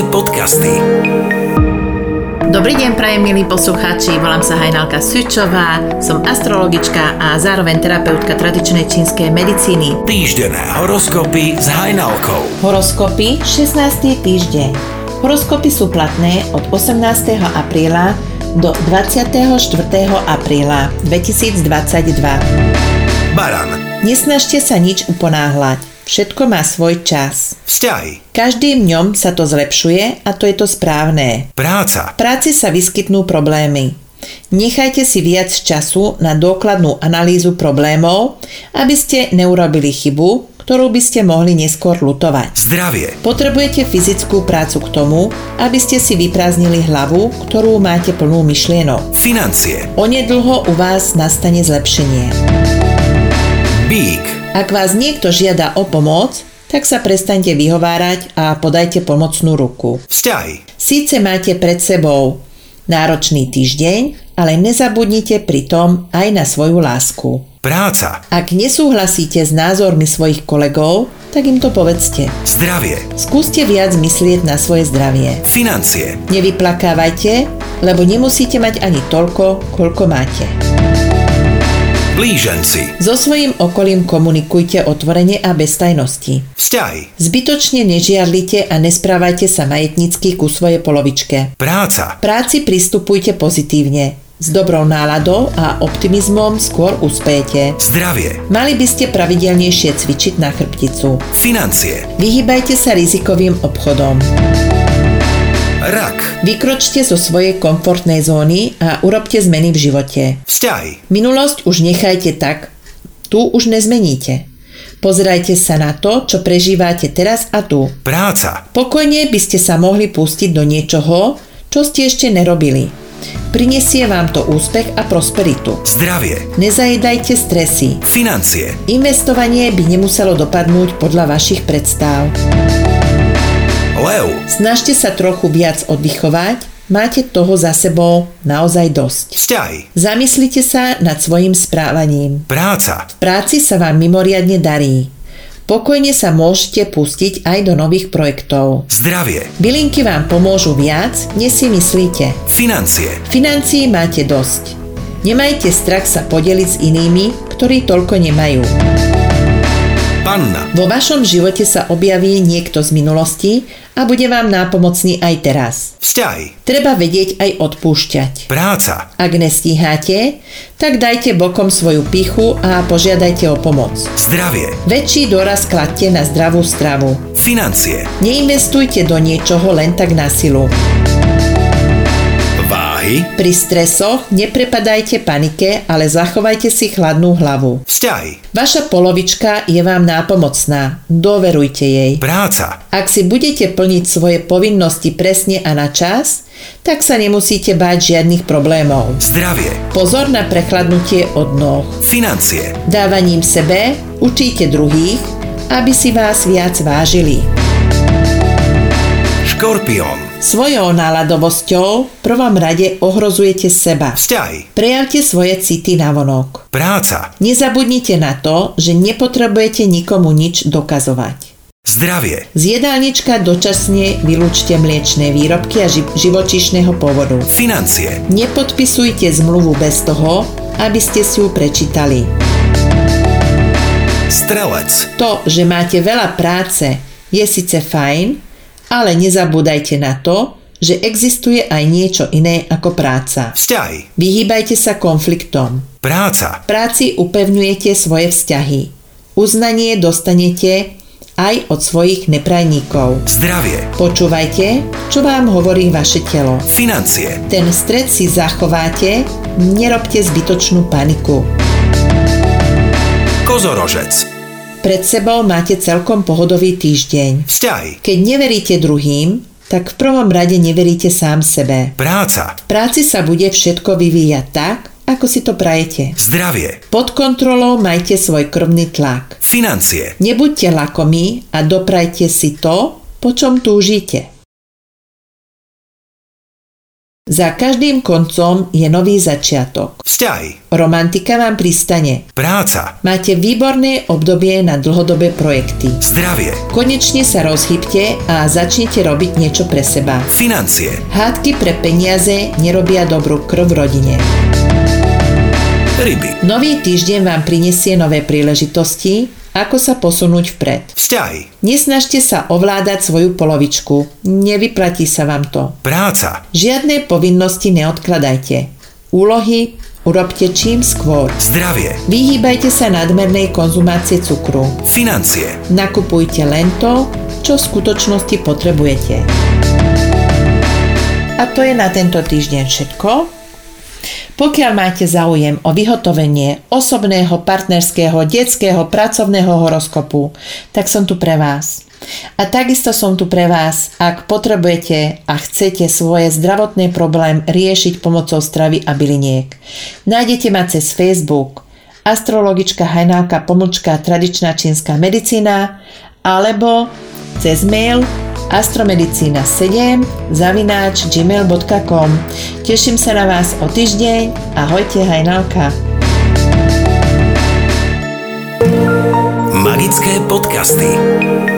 podcasty. Dobrý deň, prajem milí poslucháči, volám sa Hajnalka Sučová, som astrologička a zároveň terapeutka tradičnej čínskej medicíny. Týždené horoskopy s Hajnalkou. Horoskopy 16. týždeň. Horoskopy sú platné od 18. apríla do 24. apríla 2022. Baran. Nesnažte sa nič uponáhľať, všetko má svoj čas. Vzťahy. Každým dňom sa to zlepšuje a to je to správne. Práca. V práci sa vyskytnú problémy. Nechajte si viac času na dokladnú analýzu problémov, aby ste neurobili chybu, ktorú by ste mohli neskôr lutovať. Zdravie. Potrebujete fyzickú prácu k tomu, aby ste si vyprázdnili hlavu, ktorú máte plnú myšlienok. Financie. Onedlho u vás nastane zlepšenie. Bík. Ak vás niekto žiada o pomoc, tak sa prestaňte vyhovárať a podajte pomocnú ruku. Vzťahy. Síce máte pred sebou náročný týždeň, ale nezabudnite pritom aj na svoju lásku. Práca. Ak nesúhlasíte s názormi svojich kolegov, tak im to povedzte. Zdravie. Skúste viac myslieť na svoje zdravie. Financie. Nevyplakávajte, lebo nemusíte mať ani toľko, koľko máte. Blíženci. So svojím okolím komunikujte otvorene a bez tajnosti. Vzťahy. Zbytočne nežiarlite a nesprávajte sa majetnícky ku svojej polovičke. Práca. Práci pristupujte pozitívne. S dobrou náladou a optimizmom skôr uspejete. Zdravie. Mali by ste pravidelnejšie cvičiť na chrbticu. Financie. Vyhýbajte sa rizikovým obchodom. Rak. Vykročte zo svojej komfortnej zóny a urobte zmeny v živote. Vzťahy. Minulosť už nechajte tak, tu už nezmeníte. Pozerajte sa na to, čo prežívate teraz a tu. Práca. Pokojne by ste sa mohli pustiť do niečoho, čo ste ešte nerobili. Prinesie vám to úspech a prosperitu. Zdravie. Nezajedajte stresy. Financie. Investovanie by nemuselo dopadnúť podľa vašich predstav. Lev. Snažte sa trochu viac oddychovať, máte toho za sebou naozaj dosť. Vzťahy. Zamyslite sa nad svojim správaním. Práca. V práci sa vám mimoriadne darí. Pokojne sa môžete pustiť aj do nových projektov. Zdravie. Bylinky vám pomôžu viac, než si myslíte. Financie. Financií máte dosť. Nemajte strach sa podeliť s inými, ktorí toľko nemajú. Panna. Vo vašom živote sa objaví niekto z minulosti a bude vám nápomocný aj teraz. Vzťahy. Treba vedieť aj odpúšťať. Práca. Ak nestíháte, tak dajte bokom svoju pichu a požiadajte o pomoc. Zdravie. Väčší dôraz kladte na zdravú stravu. Financie. Neinvestujte do niečoho len tak na silu. Váhy. Pri stresoch neprepadajte panike, ale zachovajte si chladnú hlavu. Vzťahy. Vaša polovička je vám nápomocná, doverujte jej. Práca. Ak si budete plniť svoje povinnosti presne a na čas, tak sa nemusíte báť žiadnych problémov. Zdravie. Pozor na prechladnutie od noh. Financie. Dávaním sebe učíte druhých, aby si vás viac vážili. Škorpión. Svojou náladovosťou v prvom rade ohrozujete seba. Vzťahy. Prejavte svoje city na vonok. Práca. Nezabudnite na to, že nepotrebujete nikomu nič dokazovať. Zdravie. Z jedálnička dočasne vylúčte mliečné výrobky a ži- živočíšneho pôvodu. Financie. Nepodpisujte zmluvu bez toho, aby ste si ju prečítali. Strelec. To, že máte veľa práce, je síce fajn, ale nezabúdajte na to, že existuje aj niečo iné ako práca. Vzťahy. Vyhýbajte sa konfliktom. Práca. V práci upevňujete svoje vzťahy. Uznanie dostanete aj od svojich neprajníkov. Zdravie. Počúvajte, čo vám hovorí vaše telo. Financie. Ten stred si zachováte, nerobte zbytočnú paniku. Kozorožec. Pred sebou máte celkom pohodový týždeň. Vzťahy. Keď neveríte druhým, tak v prvom rade neveríte sám sebe. Práca. V práci sa bude všetko vyvíjať tak, ako si to prajete. Zdravie. Pod kontrolou majte svoj krvný tlak. Financie. Nebuďte lakomí a doprajte si to, po čom túžite. Za každým koncom je nový začiatok. Vzťahy. Romantika vám pristane. Práca. Máte výborné obdobie na dlhodobé projekty. Zdravie. Konečne sa rozchybte a začnite robiť niečo pre seba. Financie. Hádky pre peniaze nerobia dobrú krv v rodine. Ryby. Nový týždeň vám prinesie nové príležitosti, ako sa posunúť vpred. Vzťahy. Nesnažte sa ovládať svoju polovičku, nevyplatí sa vám to. Práca. Žiadne povinnosti neodkladajte. Úlohy urobte čím skôr. Zdravie. Vyhýbajte sa nadmernej konzumácie cukru. Financie. Nakupujte len to, čo v skutočnosti potrebujete. A to je na tento týždeň všetko. Pokiaľ máte záujem o vyhotovenie osobného, partnerského, detského, pracovného horoskopu, tak som tu pre vás. A takisto som tu pre vás, ak potrebujete a chcete svoje zdravotné problém riešiť pomocou stravy a byliniek. Nájdete ma cez Facebook astrologička Hajnalka Pomlčka Tradičná čínska medicína alebo cez mail astromedicina7 zavináč gmail.com Teším sa na vás o týždeň. Ahojte Hajnalka. Magické podcasty.